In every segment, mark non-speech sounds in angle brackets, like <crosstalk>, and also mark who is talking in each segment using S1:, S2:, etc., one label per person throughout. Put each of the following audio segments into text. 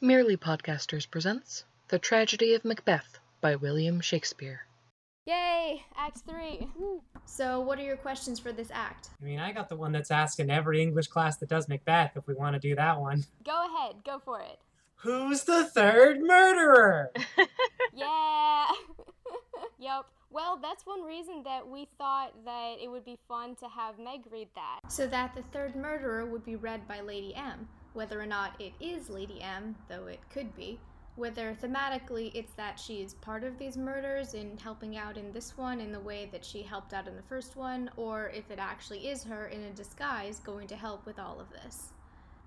S1: Merely Podcasters presents The Tragedy of Macbeth by William Shakespeare.
S2: Yay! Act three. So, what are your questions for this act?
S3: I mean, I got the one that's asked in every English class that does Macbeth if we want to do that one. <laughs>
S2: Go ahead, go for <laughs> it.
S3: Who's the third murderer?
S2: Yeah. <laughs> yep. Well, that's one reason that we thought that it would be fun to have Meg read that.
S4: so that the third murderer would be read by Lady M. Whether or not it is Lady M, though it could be, whether thematically it's that she is part of these murders in helping out in this one in the way that she helped out in the first one, or if it actually is her in a disguise going to help with all of this.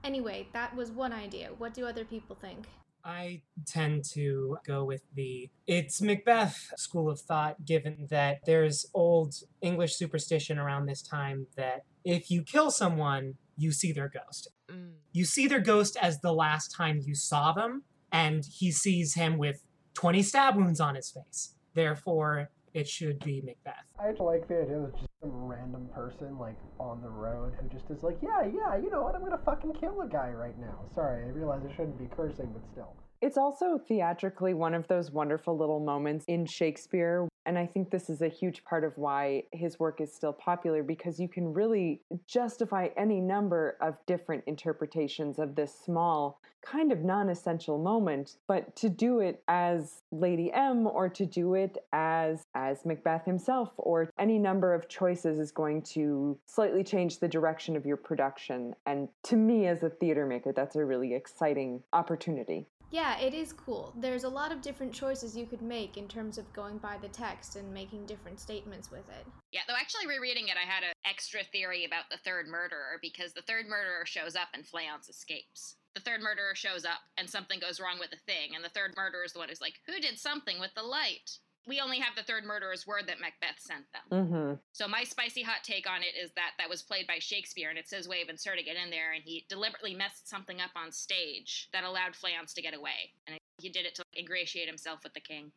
S4: Anyway, that was one idea. What do other people think?
S3: I tend to go with the it's Macbeth school of thought, given that there's old English superstition around this time that if you kill someone, you see their ghost.
S1: Mm.
S3: You see their ghost as the last time you saw them, and he sees him with 20 stab wounds on his face. Therefore, it should be Macbeth.
S5: I like the idea that just some random person like on the road who just is like, yeah, yeah, you know what? I'm gonna fucking kill a guy right now. Sorry, I realize I shouldn't be cursing, but still.
S6: It's also theatrically one of those wonderful little moments in Shakespeare. And I think this is a huge part of why his work is still popular because you can really justify any number of different interpretations of this small, kind of non essential moment. But to do it as Lady M or to do it as, as Macbeth himself or any number of choices is going to slightly change the direction of your production. And to me, as a theater maker, that's a really exciting opportunity.
S4: Yeah, it is cool. There's a lot of different choices you could make in terms of going by the text and making different statements with it.
S7: Yeah, though actually rereading it, I had an extra theory about the third murderer because the third murderer shows up and Fleance escapes. The third murderer shows up and something goes wrong with the thing, and the third murderer is the one who's like, Who did something with the light? We only have the third murderer's word that Macbeth sent them.
S6: Mm-hmm.
S7: So my spicy hot take on it is that that was played by Shakespeare, and it's his way of inserting it in there, and he deliberately messed something up on stage that allowed Fleance to get away, and he did it to ingratiate himself with the king.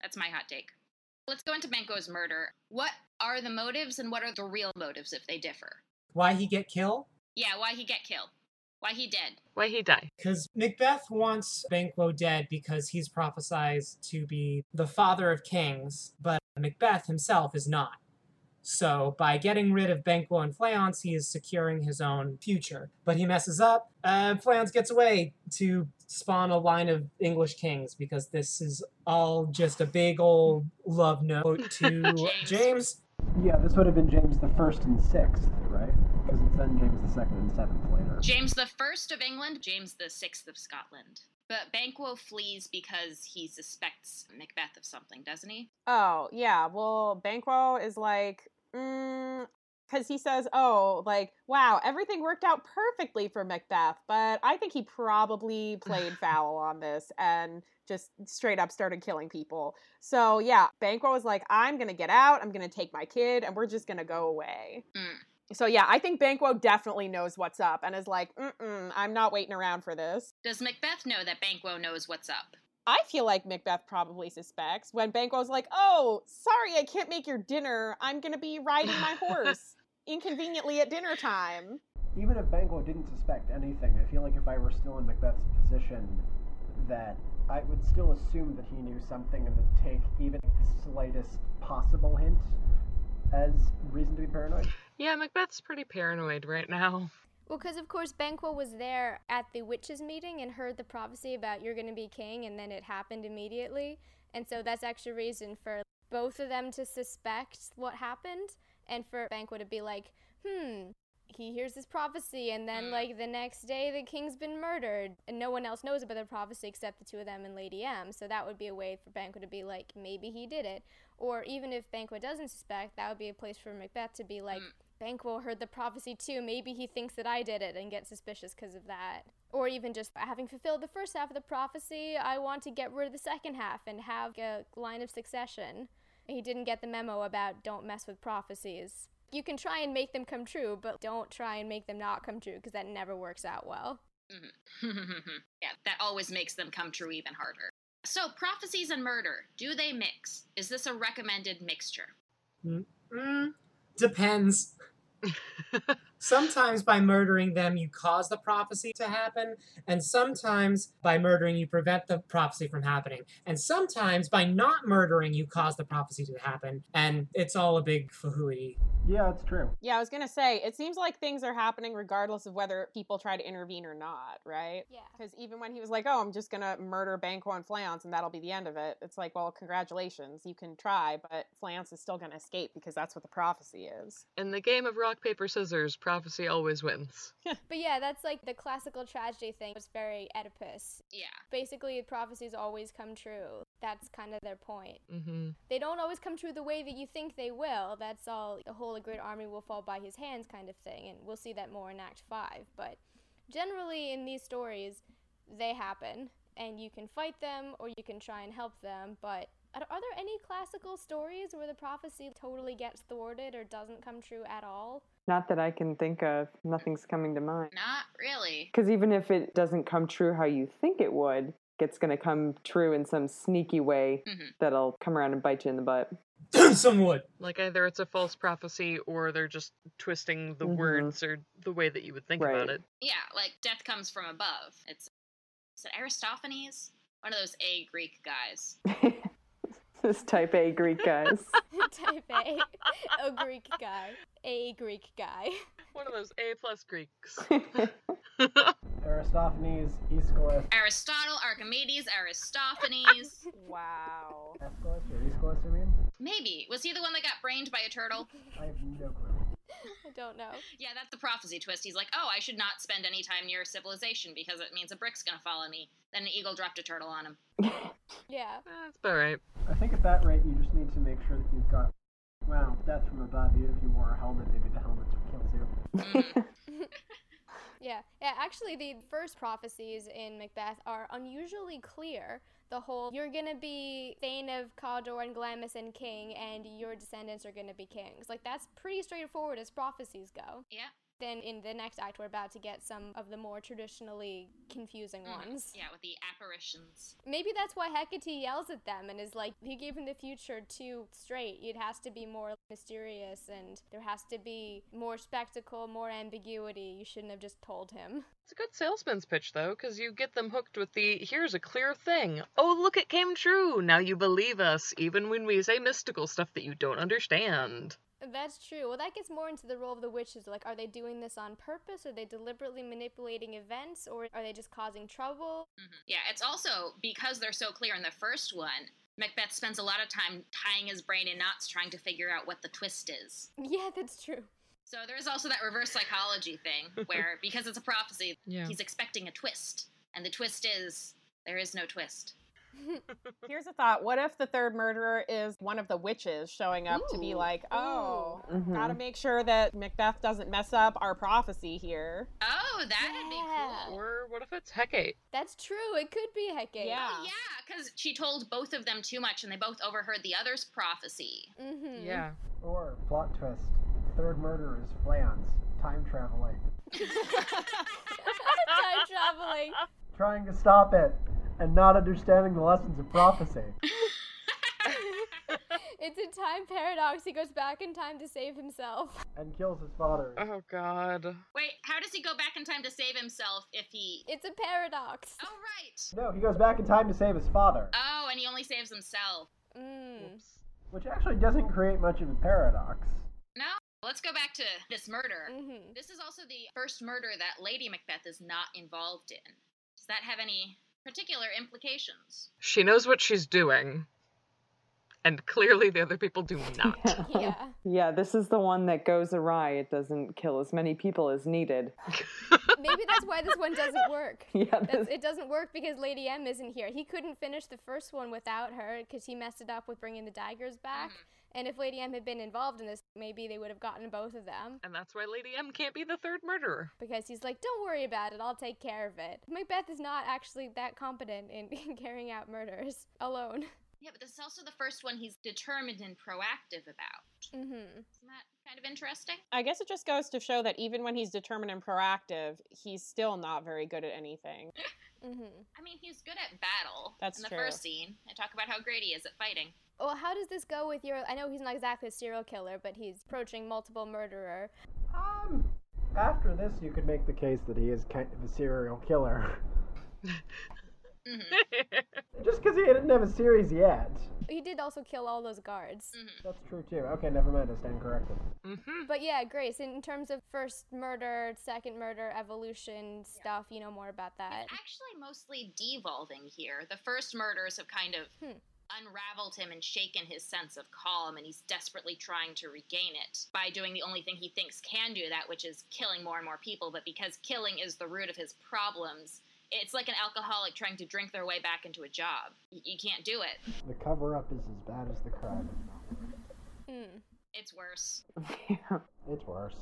S7: That's my hot take. Let's go into Manko's murder. What are the motives, and what are the real motives if they differ?
S3: Why he get killed?
S7: Yeah, why he get killed? Why he dead?
S1: Why he die?
S3: Because Macbeth wants Banquo dead because he's prophesied to be the father of kings, but Macbeth himself is not. So by getting rid of Banquo and Fleance, he is securing his own future. But he messes up, and Fleance gets away to spawn a line of English kings because this is all just a big old love note to
S7: James.
S3: James.
S5: Yeah, this would have been James the First and Sixth, right? Because it's then James the Second and Seventh later.
S7: James the First of England, James the Sixth of Scotland. But Banquo flees because he suspects Macbeth of something, doesn't he?
S8: Oh, yeah. Well, Banquo is like, mm, because he says, oh, like, wow, everything worked out perfectly for Macbeth, but I think he probably played foul on this and just straight up started killing people. So, yeah, Banquo was like, I'm going to get out, I'm going to take my kid, and we're just going to go away.
S7: Mm.
S8: So, yeah, I think Banquo definitely knows what's up and is like, mm-mm, I'm not waiting around for this.
S7: Does Macbeth know that Banquo knows what's up?
S8: I feel like Macbeth probably suspects when Banquo's like, "Oh, sorry, I can't make your dinner. I'm gonna be riding my horse inconveniently at dinner time."
S5: Even if Banquo didn't suspect anything, I feel like if I were still in Macbeth's position, that I would still assume that he knew something and would take even the slightest possible hint as reason to be paranoid.
S1: Yeah, Macbeth's pretty paranoid right now.
S2: Well, because of course Banquo was there at the witches' meeting and heard the prophecy about you're going to be king, and then it happened immediately. And so that's actually reason for both of them to suspect what happened, and for Banquo to be like, hmm, he hears this prophecy, and then like the next day the king's been murdered, and no one else knows about the prophecy except the two of them and Lady M. So that would be a way for Banquo to be like, maybe he did it, or even if Banquo doesn't suspect, that would be a place for Macbeth to be like. Banquo heard the prophecy too. Maybe he thinks that I did it and gets suspicious because of that. Or even just having fulfilled the first half of the prophecy, I want to get rid of the second half and have a line of succession. He didn't get the memo about don't mess with prophecies. You can try and make them come true, but don't try and make them not come true because that never works out well.
S7: <laughs> yeah, that always makes them come true even harder. So, prophecies and murder, do they mix? Is this a recommended mixture?
S3: Mm, depends. Sometimes by murdering them, you cause the prophecy to happen, and sometimes by murdering, you prevent the prophecy from happening, and sometimes by not murdering, you cause the prophecy to happen, and it's all a big fahooey.
S5: Yeah, it's true.
S8: Yeah, I was gonna say it seems like things are happening regardless of whether people try to intervene or not, right?
S2: Yeah.
S8: Because even when he was like, "Oh, I'm just gonna murder Banquo and Fleance, and that'll be the end of it," it's like, "Well, congratulations, you can try, but Fleance is still gonna escape because that's what the prophecy is."
S1: In the game of rock, paper, scissors, prophecy always wins.
S2: But yeah, that's like the classical tragedy thing. It's very Oedipus.
S7: Yeah.
S2: Basically, prophecies always come true. That's kind of their point.
S1: Mm-hmm.
S2: They don't always come true the way that you think they will. That's all the whole great army will fall by his hands kind of thing. And we'll see that more in Act 5. But generally, in these stories, they happen. And you can fight them or you can try and help them. But are are there any classical stories where the prophecy totally gets thwarted or doesn't come true at all? <laughs>
S6: Not that I can think of. Nothing's coming to mind.
S7: Not really.
S6: Because even if it doesn't come true how you think it would, it's going to come true in some sneaky way
S7: Mhm.
S6: that'll come around and bite you in the butt.
S3: <clears throat>
S6: <laughs>
S3: Some would.
S1: Like either it's a false prophecy or they're just twisting the
S6: Mhm.
S1: words or the way that you would think
S6: Right.
S1: about it.
S7: Yeah, like death comes from above. It's is it Aristophanes? One of those A Greek guys.
S6: this type A Greek guys.
S2: Type A. <laughs> A Greek guy. A Greek guy. <laughs>
S1: One of those A plus Greeks.
S6: <laughs>
S5: Aristophanes, Aeschylus,
S7: Aristotle, Archimedes,
S8: <laughs>
S7: Aristophanes.
S8: Wow.
S5: Aeschylus or Aeschylus, I mean.
S7: Maybe. Was he the one that got brained by a turtle?
S5: I have no clue.
S2: I don't know.
S7: Yeah, that's the prophecy twist. He's like, oh, I should not spend any time near civilization because it means a brick's gonna follow me. Then an eagle dropped a turtle on him.
S2: Yeah.
S1: That's about right.
S5: I think at that rate, you just need to make sure that you've got. Well, death from above. Even if you wore a helmet, maybe the helmet kills you.
S7: Mm-hmm.
S2: Yeah, yeah. Actually, the first prophecies in Macbeth are unusually clear. The whole you're gonna be Thane of Cawdor and Glamis and King, and your descendants are gonna be kings. Like that's pretty straightforward as prophecies go.
S7: Yeah.
S2: Then in the next act, we're about to get some of the more traditionally confusing ones.
S7: Mm-hmm. Yeah, with the apparitions.
S2: Maybe that's why Hecate yells at them and is like, "You gave him the future too straight. It has to be more mysterious, and there has to be more spectacle, more ambiguity. You shouldn't have just told him."
S1: It's a good salesman's pitch, though, because you get them hooked with the here's a clear thing. Oh, look, it came true. Now you believe us, even when we say mystical stuff that you don't understand.
S2: That's true. Well, that gets more into the role of the witches. Like, are they doing this on purpose? Are they deliberately manipulating events? Or are they just causing trouble? <laughs>
S7: Mm-hmm. Yeah, it's also because they're so clear in the first one, Macbeth spends a lot of time tying his brain in knots trying to figure out what the twist is.
S2: Yeah, that's true.
S7: So there is also that reverse psychology thing where because it's a prophecy,
S1: Yeah.
S7: he's expecting a twist. And the twist is there is no twist.
S8: Here's a thought: What if the third murderer is one of the witches showing up to be
S7: Ooh.
S8: like, "Oh,
S6: Mhm.
S8: gotta make sure that Macbeth doesn't mess up our prophecy here."
S7: Oh, that'd
S2: Yeah.
S7: be cool.
S1: Or what if it's Hecate?
S2: That's true. It could be Hecate.
S8: Yeah.
S7: Oh, yeah, because she told both of them too much and they both overheard the other's prophecy.
S2: Mm-hmm. <laughs>
S1: Yeah.
S5: Or plot twist: third murderer is Fleance, time traveling,
S2: Time traveling.
S5: trying to stop it, and not understanding the lessons of prophecy.
S2: It's a time paradox. He goes back in time to save himself.
S5: and kills his father.
S1: Oh, God.
S7: Wait, how does he go back in time to save himself if he.
S2: It's a paradox.
S7: Oh, right.
S5: No, he goes back in time to save his father,
S7: Oh, and he only saves himself.
S2: Mm.
S5: which actually doesn't create much of a paradox.
S7: No, let's go back to this murder. <laughs>
S2: Mm-hmm.
S7: This is also the first murder that Lady Macbeth is not involved in. Does that have any particular implications?
S1: She knows what she's doing. And clearly the other people do not.
S2: Yeah.
S6: yeah, this is the one that goes awry. It doesn't kill as many people as needed. <laughs>
S2: Maybe that's why this one doesn't work.
S6: Yeah,
S2: That's,
S6: <laughs> this,
S2: it doesn't work because Lady M isn't here. He couldn't finish the first one without her because he messed it up with bringing the daggers back. And if Lady M had been involved in this, maybe they would have gotten both of them
S1: and that's why Lady M can't be the third murderer. <laughs>
S2: because he's like, don't worry about it, I'll take care of it. Macbeth is not actually that competent in, <laughs> in carrying out murders alone.
S7: Yeah, but this is also the first one he's determined and proactive about.
S2: hmm
S7: Isn't that kind of interesting?
S8: <laughs> I guess it just goes to show that even when he's determined and proactive, he's still not very good at anything.
S2: hmm
S7: I mean, he's good at battle.
S8: That's
S7: in the
S8: true.
S7: first scene. I talk about how great he is at fighting.
S2: Well, how does this go with your? I know he's not exactly a serial killer, but he's approaching multiple murderer.
S5: Um, After this, you could make the case that he is kind of a serial killer. <laughs>
S7: Mm-hmm.
S5: Just because he didn't have a series yet.
S2: He did also kill all those guards.
S5: That's true too. Okay, never mind. I stand corrected.
S1: Mm-hmm.
S2: But yeah, Grace, in terms of first murder, second murder, evolution stuff, you know more about that.
S7: Actually, mostly devolving here. The first murders have kind of
S2: Hmm.
S7: unraveled him and shaken his sense of calm, and he's desperately trying to regain it by doing the only thing he thinks can do that, which is killing more and more people. But because killing is the root of his problems, it's like an alcoholic trying to drink their way back into a job. You, you can't do it.
S5: The cover up is as bad as the crime.
S2: Hmm.
S7: It's worse.
S6: Yeah.
S5: It's worse.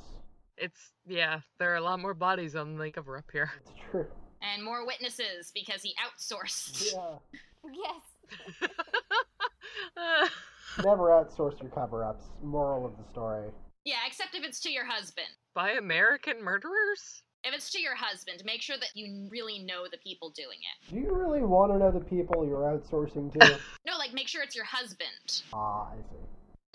S1: It's yeah, there are a lot more bodies on the cover up here. <laughs>
S5: It's true.
S7: And more witnesses because he outsourced.
S5: Yeah.
S2: Yes.
S1: Uh,
S5: Never outsource your cover ups. Moral of the story.
S7: yeah, except if it's to your husband.
S1: by American murderers?
S7: If it's to your husband, make sure that you really know the people doing it.
S5: Do you really want to know the people you're outsourcing to?
S7: No, like make sure it's your husband,
S5: ah, I see.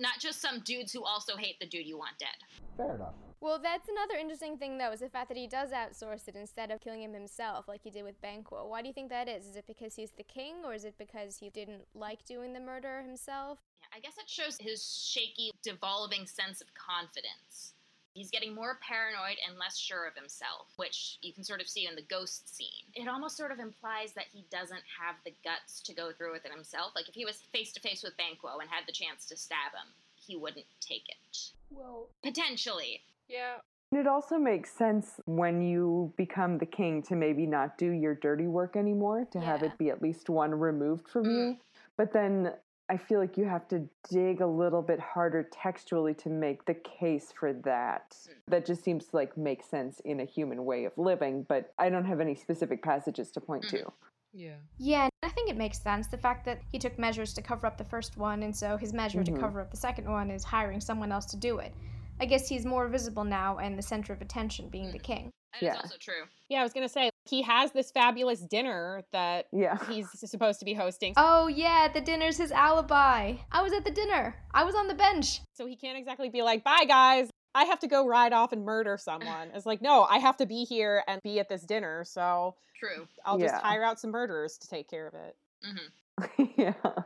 S7: not just some dudes who also hate the dude you want dead.
S5: Fair enough.
S2: Well, that's another interesting thing, though, is the fact that he does outsource it instead of killing him himself, like he did with Banquo. Why do you think that is? Is it because he's the king, or is it because he didn't like doing the murder himself?
S7: Yeah, I guess it shows his shaky, devolving sense of confidence. He's getting more paranoid and less sure of himself, which you can sort of see in the ghost scene. It almost sort of implies that he doesn't have the guts to go through with it himself. Like if he was face to face with Banquo and had the chance to stab him, he wouldn't take it.
S5: Well,
S7: Potentially.
S1: Yeah.
S6: And it also makes sense when you become the king to maybe not do your dirty work anymore, to have
S7: Yeah.
S6: it be at least one removed from you. But then I feel like you have to dig a little bit harder textually to make the case for that. That just seems to like make sense in a human way of living, but I don't have any specific passages to point to.
S1: Yeah.
S4: Yeah, I think it makes sense. The fact that he took measures to cover up the first one, and so his measure
S6: Mhm.
S4: to cover up the second one is hiring someone else to do it. I guess he's more visible now and the center of attention being the king.
S7: That is
S6: Yeah.
S7: also true.
S8: Yeah, I was gonna say he has this fabulous dinner that
S6: Yeah.
S8: he's supposed to be hosting,
S4: Oh, yeah, the dinner's his alibi. I was at the dinner, I was on the bench.
S8: so he can't exactly be like, "Bye, guys." I have to go ride off and murder someone. It's like, no, I have to be here and be at this dinner, so
S7: True.
S8: I'll just
S6: Yeah.
S8: hire out some murderers to take care of it.
S7: hmm
S6: <laughs> yeah.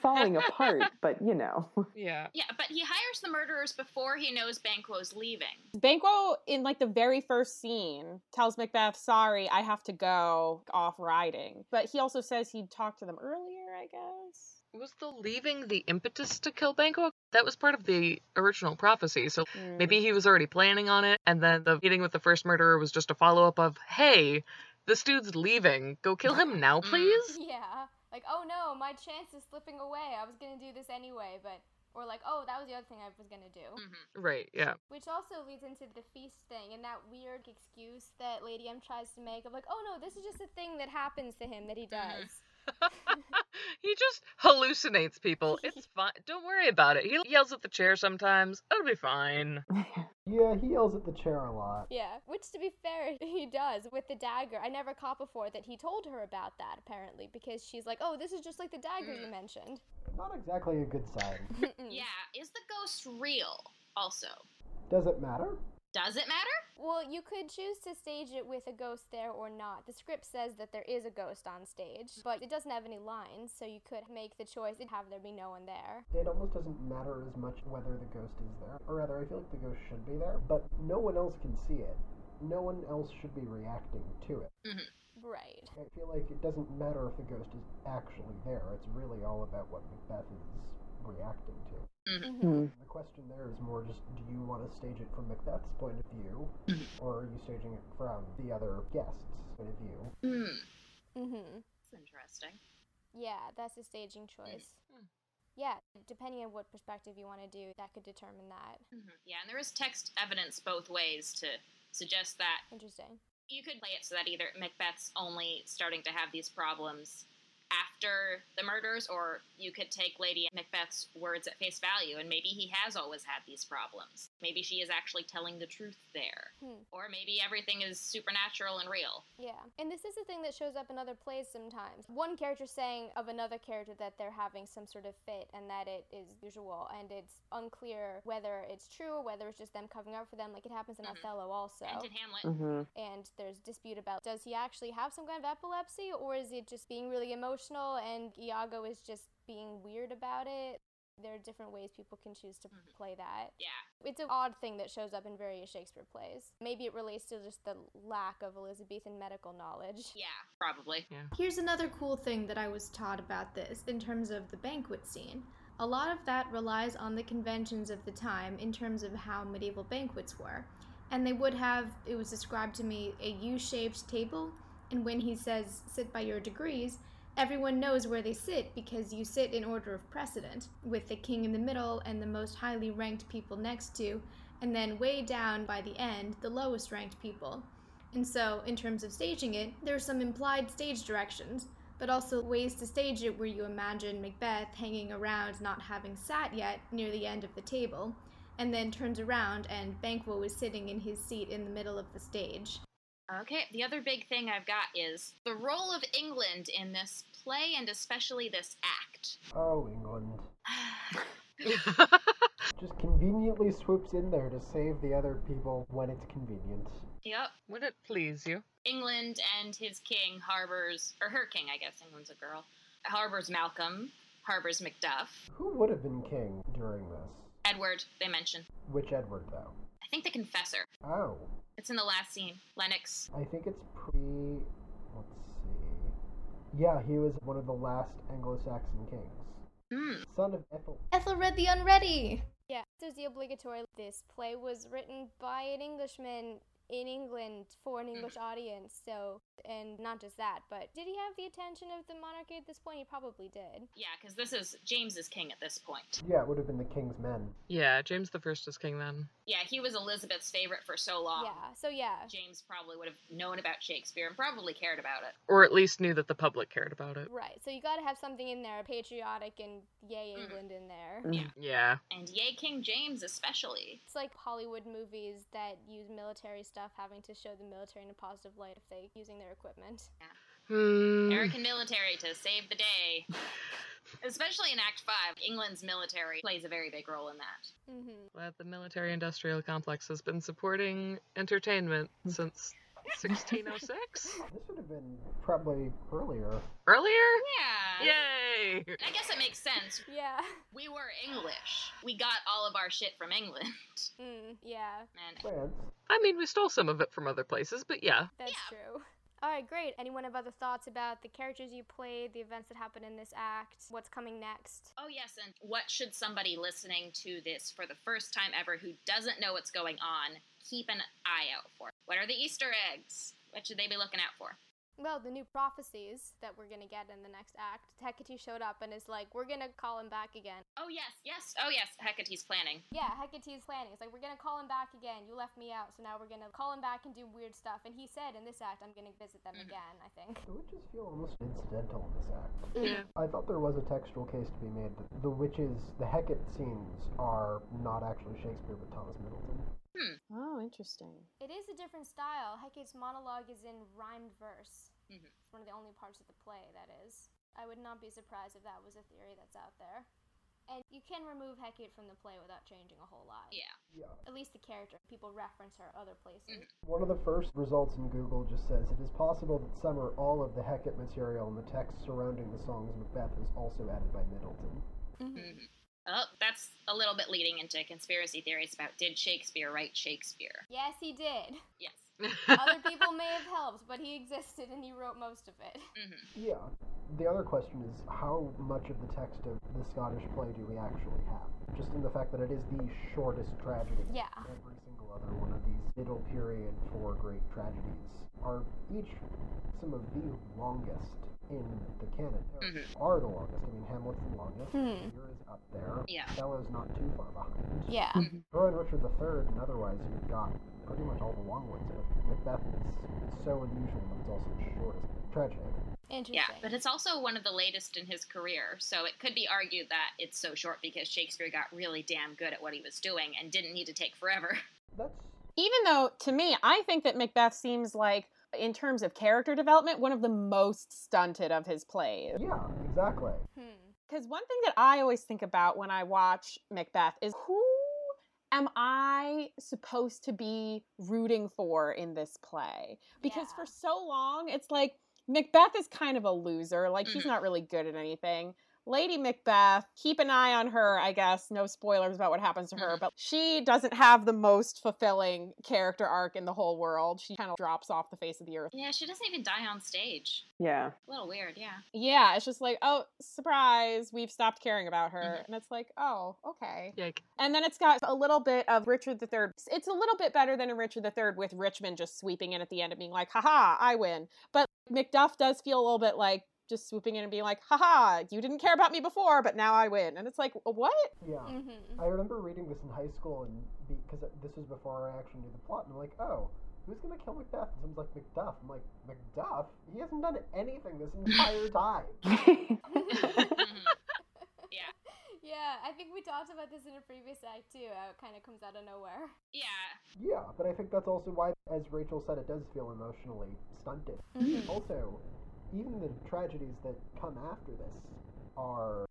S6: Falling apart, but you know.
S1: Yeah.
S7: Yeah, but he hires the murderers before he knows Banquo's leaving.
S8: Banquo, in like the very first scene, tells Macbeth, "Sorry, I have to go off riding." But he also says he'd talked to them earlier. I guess.
S1: Was the leaving the impetus to kill Banquo? That was part of the original prophecy, so
S8: Mm.
S1: maybe he was already planning on it, and then the meeting with the first murderer was just a follow up of, hey, this dude's leaving. Go kill <laughs> him now, please?
S2: <laughs> Yeah. Like, oh no, my chance is slipping away. I was gonna do this anyway, but. Or like, oh, that was the other thing I was gonna do.
S7: hmm
S1: Right, yeah. <laughs>
S2: Which also leads into the feast thing and that weird excuse that Lady M tries to make of like, oh no, this is just a thing that happens to him that he does.
S1: he just hallucinates people. <laughs> It's fine. Don't worry about it. He yells at the chair sometimes. It'll be fine.
S5: yeah, he yells at the chair a lot.
S2: Yeah, which to be fair, <laughs> he does with the dagger. I never caught before that he told her about that apparently because she's like, "Oh, this is just like the dagger you mentioned."
S5: Not exactly a good sign.
S4: Hmm.
S2: Mm-mm.
S7: Yeah. Is the ghost real? Also,
S5: Does it matter?
S7: does it matter?
S2: Well, you could choose to stage it with a ghost there or not. The script says that there is a ghost on stage, but it doesn't have any lines, so you could make the choice and have there be no one there.
S5: It almost doesn't matter as much whether the ghost is there. Or rather, I feel like the ghost should be there, but no one else can see it. No one else should be reacting to it.
S2: Right.
S5: I feel like it doesn't matter if the ghost is actually there. It's really all about what Macbeth is reacting to.
S6: Mm.
S5: The question there is more just do you want to stage it from Macbeth's point of view, or are you staging it from the other guest's point of view?
S7: Hmm.
S2: Mhm.
S7: That's interesting.
S2: Yeah, that's a staging choice.
S1: Hmm.
S2: Yeah, depending on what perspective you want to do, that could determine that.
S7: Mhm. Yeah, and there is text evidence both ways to suggest that
S2: Interesting.
S7: you could play it so that either Macbeth's only starting to have these problems after the murders, or you could take Lady Macbeth's words at face value, and maybe he has always had these problems. Maybe she is actually telling the truth there.
S2: Hmm.
S7: Or maybe everything is supernatural and real.
S2: Yeah. And this is the thing that shows up in other plays sometimes. One character saying of another character that they're having some sort of fit and that it is usual and it's unclear whether it's true or whether it's just them covering up for them like it happens in
S7: Mhm.
S2: Othello also.
S7: And in Hamlet,
S6: hmm
S2: and there's dispute about does he actually have some kind of epilepsy or is it just being really emotional and Iago is just being weird about it. There are different ways people can choose to
S7: Mhm.
S2: play that.
S7: yeah.
S2: It's an odd thing that shows up in various Shakespeare plays. Maybe it relates to just the lack of Elizabethan medical knowledge.
S7: Yeah, probably.
S4: Here's another cool thing that I was taught about this in terms of the banquet scene. A lot of that relies on the conventions of the time in terms of how medieval banquets were. And they would have, it was described to me, a U shaped table. And when he says, sit by your degrees, everyone knows where they sit because you sit in order of precedent, with the king in the middle and the most highly ranked people next to, and then way down by the end, the lowest ranked people. And so, in terms of staging it, there are some implied stage directions, but also ways to stage it where you imagine Macbeth hanging around not having sat yet near the end of the table, and then turns around and Banquo is sitting in his seat in the middle of the stage.
S7: Okay, the other big thing I've got is the role of England in this play and especially this act. <sighs>
S5: Oh, England. Just conveniently swoops in there to save the other people when it's convenient.
S7: yep.
S1: <laughs> Would it please you?
S7: England and his king harbors, or her king, I guess. England's a girl. Harbors Malcolm, harbors Macduff.
S5: Who would have been king during this?
S7: Edward, they mention.
S5: Which Edward, though?
S7: I think the confessor.
S5: Oh,
S7: It's in the last scene. Lennox.
S5: I think it's pre. Let's see. Yeah, he was one of the last Anglo Saxon kings.
S7: Hmm.
S5: Son of Ethel.
S4: Ethelred the Unready!
S2: Yeah, there's the obligatory. This play was written by an Englishman in England for an English audience, so, and not just that, but did he have the attention of the monarchy at this point? He probably did.
S7: Yeah, because this is James is king at this point.
S5: Yeah, it would have been the king's men.
S1: Yeah, James the First is king then.
S7: Yeah, he was Elizabeth's favorite for so long.
S2: Yeah, so yeah.
S7: James probably would have known about Shakespeare and probably cared about it.
S1: Or at least knew that the public cared about it.
S2: Right, so you gotta have something in there patriotic and yay
S7: Mm.
S2: England in there.
S1: Yeah.
S7: And yay, King James especially.
S2: It's like Hollywood movies that use military stuff having to show the military in a positive light if they using their equipment.
S1: Hmm.
S7: American military to save the day. Especially in Act 5, England's military plays a very big role in that.
S2: hmm
S1: Glad the military industrial complex has been supporting entertainment since 1606?
S5: This would have been probably earlier.
S1: Earlier?
S7: Yeah.
S1: Yay!
S7: And I guess it makes sense.
S2: Yeah. <laughs>
S7: We were English. We got all of our shit from England. <laughs>
S2: Mm, yeah.
S7: And
S5: France.
S1: I mean, we stole some of it from other places, but yeah.
S2: That's
S7: Yeah.
S2: true. All right, great. Anyone have other thoughts about the characters you played, the events that happened in this act, what's coming next?
S7: oh yes, and what should somebody listening to this for the first time ever who doesn't know what's going on keep an eye out for? What are the Easter eggs? What should they be looking out for?
S2: Well, the new prophecies that we're gonna get in the next act. Hecate showed up and is like, "We're gonna call him back again."
S7: Oh yes, yes, oh yes, Hecate's planning.
S2: Yeah, Hecate's planning. It's like, "We're gonna call him back again. You left me out, so now we're gonna call him back and do weird stuff." And he said, "In this act, I'm gonna visit them
S7: Mhm.
S2: again." I think.
S5: The witches feel almost incidental in this act.
S1: Yeah.
S5: I thought there was a textual case to be made that the witches, the Hecate scenes, are not actually Shakespeare but Thomas Middleton.
S8: Oh, interesting.
S2: It is a different style. Hecate's monologue is in rhymed verse.
S7: Mhm.
S2: It's one of the only parts of the play that is. I would not be surprised if that was a theory that's out there. And you can remove Hecate from the play without changing a whole lot.
S7: Yeah.
S5: Yeah.
S2: At least the character. People reference her other places.
S5: One of the first results in Google just says it is possible that some or all of the Hecate material in the text surrounding the songs of Macbeth was also added by Middleton.
S7: Mhm. Oh, that's a little bit leading into conspiracy theories about did Shakespeare write Shakespeare?
S2: Yes, he did.
S7: Yes.
S2: Other people may have helped, but he existed and he wrote most of it.
S7: hmm
S5: Yeah. The other question is how much of the text of the Scottish play do we actually have? Just in the fact that it is the shortest tragedy.
S2: Yeah.
S5: Every single other one of these middle period four great tragedies are each some of the longest in the canon. Or
S7: Mhm.
S5: Are the longest. I mean, Hamlet's the longest.
S2: Mm-hmm. Hmm.
S5: Lear is up there.
S7: Yeah.
S5: Othello's not too far behind.
S2: Yeah.
S5: Throw in Richard III, and otherwise you've got pretty much all the long ones. But Macbeth is so unusual that it's also the shortest tragedy.
S2: Interesting.
S7: Yeah, but it's also one of the latest in his career, so it could be argued that it's so short because Shakespeare got really damn good at what he was doing and didn't need to take forever. <laughs>
S5: That's
S8: Even though, to me, I think that Macbeth seems like, in terms of character development, one of the most stunted of his plays.
S5: yeah, exactly.
S2: hmm.
S8: Because one thing that I always think about when I watch Macbeth is who am I supposed to be rooting for in this play? Because
S2: Yeah.
S8: for so long, it's like Macbeth is kind of a loser. Like, he's
S7: Mhm.
S8: not really good at anything. Lady Macbeth, keep an eye on her, I guess. No spoilers about what happens to her,
S7: Mhm.
S8: but she doesn't have the most fulfilling character arc in the whole world. She kind of drops off the face of the earth.
S7: Yeah, she doesn't even die on stage.
S6: Yeah. <laughs>
S7: A little weird, <laughs> yeah.
S8: Yeah, it's just like, oh, surprise, we've stopped caring about her. And it's like, oh, okay.
S1: <laughs> Yike.
S8: And then it's got a little bit of Richard III. It's a little bit better than in Richard III with Richmond just sweeping in at the end and being like, haha, I win. But Macduff does feel a little bit like just swooping in and being like, haha, you didn't care about me before, but now I win. And it's like, what?
S5: Yeah.
S2: Mhm.
S5: I remember reading this in high school, and because this was before I actually knew the plot, and I'm like, oh, who's gonna kill Macbeth? And someone's like, Macduff. I'm like, Macduff? He hasn't done anything this entire time.
S6: Mm-hmm.
S7: Mhm. Yeah.
S2: Yeah, I think we talked about this in a previous act too. How it kind of comes out of nowhere.
S7: Yeah.
S5: yeah, but I think that's also why, as Rachel said, it does feel emotionally stunted. Also, even the tragedies that come after this are.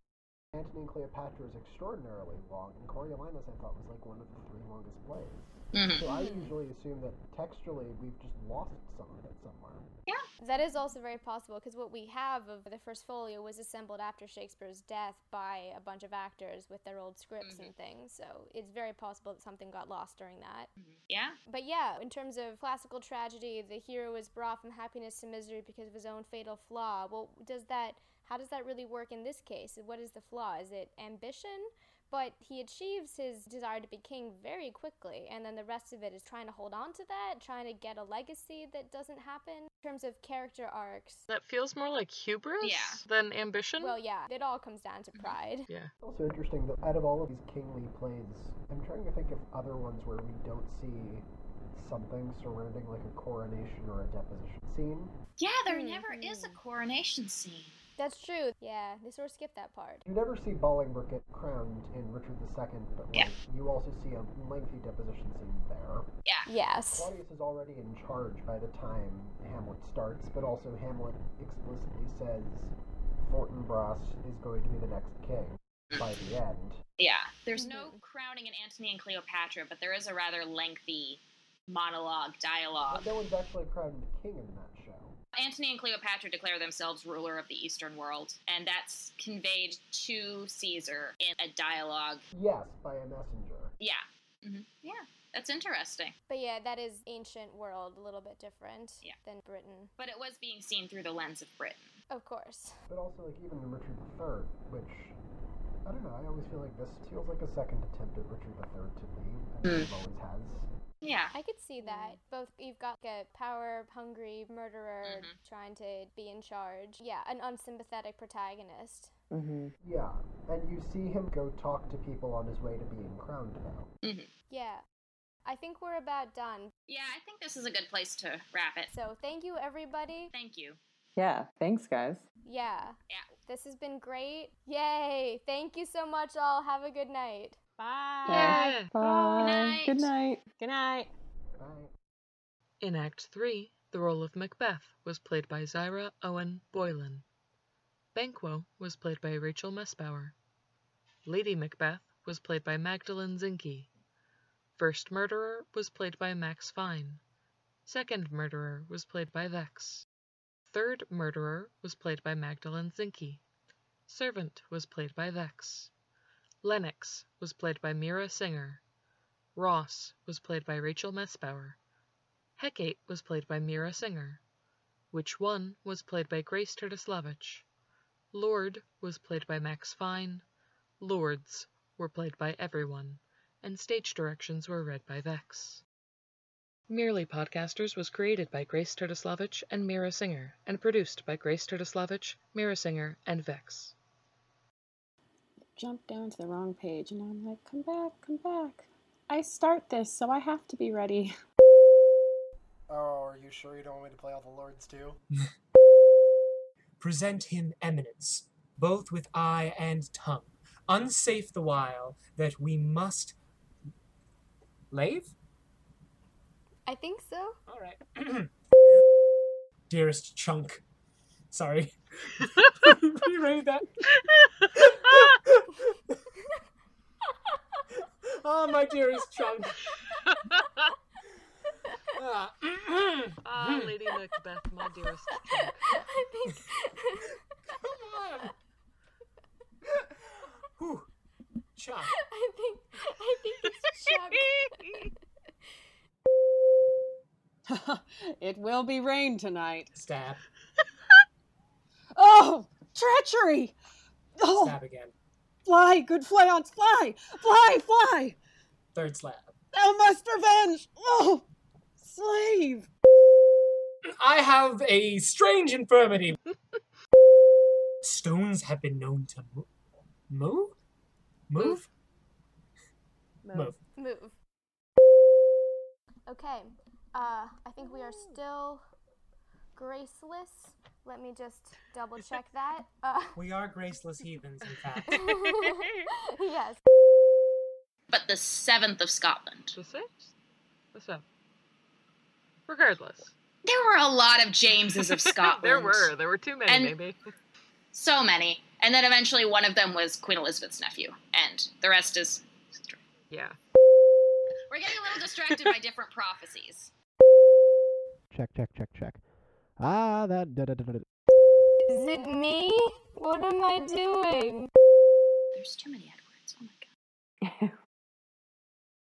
S5: Antony and Cleopatra is extraordinarily long, and Coriolanus I thought was like one of the three longest plays.
S7: Mhm.
S5: So I
S2: Mhm.
S5: usually assume that textually we've just lost some of it somewhere.
S2: <laughs> That is also very possible because what we have of the first folio was assembled after Shakespeare's death by a bunch of
S4: Mm-hmm.
S2: actors with their old scripts
S7: Mhm.
S2: and things. So it's very possible that something got lost during that.
S7: Yeah.
S2: But yeah, in terms of classical tragedy, the hero is brought from happiness to misery because of his own fatal flaw. Well, does that how does that really work in this case? What is the flaw? Is it ambition? But he achieves his desire to be king very quickly, and then the rest of it is trying to hold on to that, trying to get a legacy that doesn't happen. In terms of character arcs,
S1: That feels more like hubris
S7: Yeah.
S1: than ambition.
S2: well, yeah, it all comes down to pride.
S1: yeah.
S5: Also interesting that out of all of these kingly plays, I'm trying to think of other ones where we don't see something surrounding like a coronation or a deposition scene.
S7: Yeah, there
S2: Mhm.
S7: never is a coronation scene.
S2: That's true. Yeah, they sort of skip that part.
S5: You never see Bolingbroke get crowned in Richard II, but like,
S7: Yeah.
S5: you also see a lengthy deposition scene there.
S2: Yes.
S5: Claudius is already in charge by the time Hamlet starts, but also Hamlet explicitly says Fortinbras is going to be the next king by the end.
S7: Yeah. There's no crowning in Antony and Cleopatra, but there is a rather lengthy monologue, dialogue.
S5: But no one's actually crowned king in that show.
S7: Antony and Cleopatra declare themselves ruler of the Eastern world, and that's conveyed to Caesar in a dialogue.
S5: Yes, by a messenger.
S7: Yeah. hmm Yeah. That's interesting.
S2: But yeah, that is ancient world, a little bit different
S7: Yeah.
S2: than Britain,
S7: But it was being seen through the lens of Britain.
S2: of course.
S5: But also, like, even in Richard III, which, I don't know, I always feel like this feels like a second attempt at Richard III to me, and it always has.
S7: Yeah.
S2: I could see
S7: Mm.
S2: that. Both you've got like a power hungry murderer
S7: Mm-hmm.
S2: trying to be in charge. Yeah, an unsympathetic protagonist.
S6: hmm
S5: Yeah, and you see him go talk to people on his way to being crowned, though.
S2: Yeah. I think we're about done.
S7: Yeah, I think this is a good place to wrap it.
S2: So thank you everybody.
S7: Thank you.
S6: Yeah. Thanks, guys.
S2: Yeah.
S7: Yeah.
S2: This has been great. Yay. Thank you so much all. Have a good night. <laughs>
S8: Bye.
S1: Yeah.
S6: Bye.
S7: Good night.
S6: Good night.
S8: Good night.
S5: Right?
S1: In Act 3, the role of Macbeth was played by Zyra Owen Boylan. Banquo was played by Rachel Messbauer. Lady Macbeth was played by Magdalene Zinke. First Murderer was played by Max Fine. Second Murderer was played by Vex. Third Murderer was played by Magdalene Zinke. Servant was played by Vex. Lennox was played by Mira Singer. Ross was played by Rachel Messbauer. Hecate was played by Mira Singer. Witch One was played by Grace Turtislavich. Lord was played by Max Fine. Lords were played by everyone, and stage directions were read by Vex. Merely Podcasters was created by Grace Turtislavich and Mira Singer, and produced by Grace Turtislavich, Mira Singer, and Vex.
S8: Jump down to the wrong page, and I'm like, come back, come back. I start this, so I have to be ready. <laughs>
S5: Oh, are you sure you don't want me to play all the lords, too?
S3: present him eminence, both with eye and tongue, unsafe the while that we must. Lave?
S2: I think so.
S3: All right. <clears throat> Dearest chunk. <laughs> Sorry. Rewrite <laughs> that. oh, my dearest <laughs> chunk. Ah. <clears throat>
S1: Ah, Lady Macbeth, my dearest. chunk.
S2: I think <laughs>
S3: Come on. Whew. Chunk.
S2: I think I think
S7: <laughs>
S2: it's Chuck.
S8: it will be rain tonight.
S3: Stab.
S8: Oh, treachery! Oh,
S3: Stab again.
S8: fly, good fleance, fly, fly, fly!
S3: Third slab.
S8: Thou must revenge! Oh, slave!
S3: I have a strange infirmity. <laughs> Stones have been known to mo- move? Move? Move.
S2: Move. Okay. Uh, I think we are still graceless. Let me just double check that. Uh, <laughs>
S3: We are graceless heathens, in fact.
S2: yes.
S7: But the seventh of Scotland.
S1: <laughs> The sixth? The seventh. Regardless.
S7: There were a lot of Jameses of
S1: <laughs>
S7: Scotland.
S1: there were. There were too many,
S7: And-
S1: maybe. <laughs>
S7: So many. And then eventually one of them was Queen Elizabeth's nephew. And the rest is.
S1: Yeah.
S7: We're getting a little distracted by different prophecies.
S9: Check, check, check, check. Ah, that. Da, da, da, da, da.
S2: Is it me? What am I doing?
S7: There's too many Edwards. Oh my god.